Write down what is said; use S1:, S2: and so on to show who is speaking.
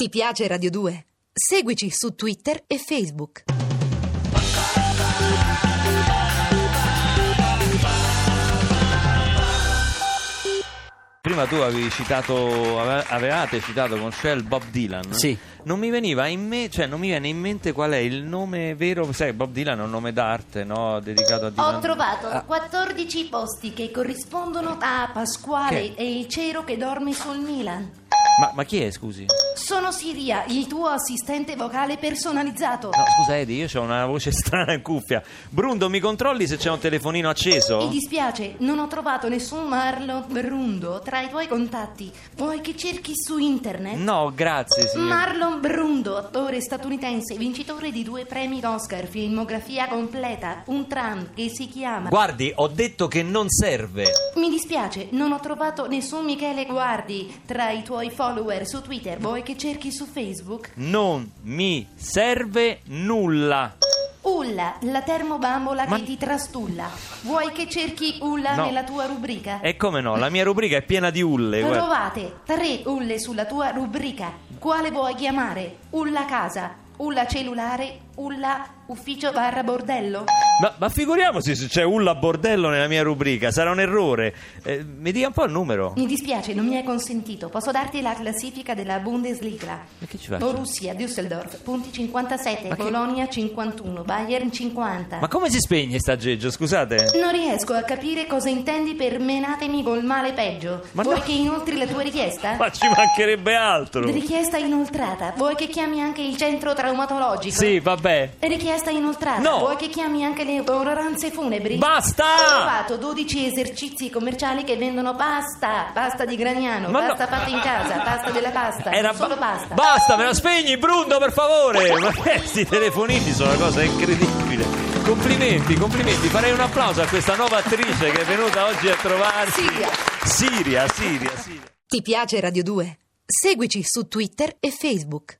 S1: Ti piace Radio 2? Seguici su Twitter e Facebook.
S2: Prima tu avevi citato, ave- avevate citato con Shell Bob Dylan.
S3: Sì.
S2: Non mi veniva in me, cioè non mi viene in mente qual è il nome vero. Sai, Bob Dylan è un nome d'arte, no? Dedicato a Dylan.
S4: Ho
S2: Ah.
S4: trovato 14 posti che corrispondono a Pasquale
S2: Che?
S4: e il cero che dorme sul Milan.
S2: Ma, ma chi è, scusi?
S4: Sono Siria, il tuo assistente vocale personalizzato.
S2: No, scusa Edi, io ho una voce strana in cuffia. Brundo, mi controlli se c'è un telefonino
S4: Mi
S2: acceso?
S4: dispiace, non ho trovato nessun Marlo Brundo tra i tuoi contatti. Vuoi che cerchi su internet?
S2: No, grazie, signor.
S4: Marlon Brundo, attore statunitense, vincitore di due premi Oscar, filmografia completa, un tram che si chiama...
S2: Guardi, ho detto che non serve.
S4: Mi dispiace, non ho trovato nessun Michele Guardi tra i tuoi follower su Twitter. Vuoi che cerchi su Facebook?
S2: Non mi serve nulla.
S4: Ulla, la termobambola
S2: Ma-
S4: che ti trastulla. Vuoi che cerchi Ulla
S2: No.
S4: nella tua rubrica?
S2: E come no, la mia rubrica è piena di ulle. guarda.
S4: Trovate tre Ulle sulla tua rubrica. Quale vuoi chiamare? Ulla casa, Ulla cellulare, Ulla ufficio barra bordello?
S2: Ma, ma figuriamoci se c'è Ulla Bordello nella mia rubrica, sarà un errore. Eh, mi dia un po' il numero.
S4: Mi dispiace, non mi è consentito. Posso darti la classifica della Bundesliga.
S2: Ma che ci faccio?
S4: Borussia, Oh, Düsseldorf, punti 57,
S2: Ma che-
S4: Bologna 51, Bayern 50.
S2: Ma come si spegne sta geggio, scusate?
S4: Non riesco a capire cosa intendi per menatemi col male peggio.
S2: Ma
S4: Vuoi
S2: no.
S4: che inoltri la tua richiesta?
S2: Ma ci mancherebbe altro.
S4: Richiesta inoltrata. Vuoi che chiami anche il centro traumatologico?
S2: Sì, vabbè.
S4: Richiesta inoltrata.
S2: No.
S4: Vuoi che chiami anche le onoranze funebri?
S2: Basta!
S4: Ho trovato 12 esercizi commerciali che vendono pasta, pasta di Gragnano,
S2: Ma no.
S4: pasta fatta in casa, pasta della pasta,
S2: Era
S4: solo
S2: ba-
S4: pasta.
S2: Basta, me la spegni, Bruno, per favore! Ma questi telefonini sono una cosa incredibile. Complimenti, complimenti. Farei un applauso a questa nuova attrice che è venuta oggi a trovarci.
S4: Siria.
S2: Siria, Siria, Siria.
S1: Ti piace Radio 2? Seguici su Twitter e Facebook.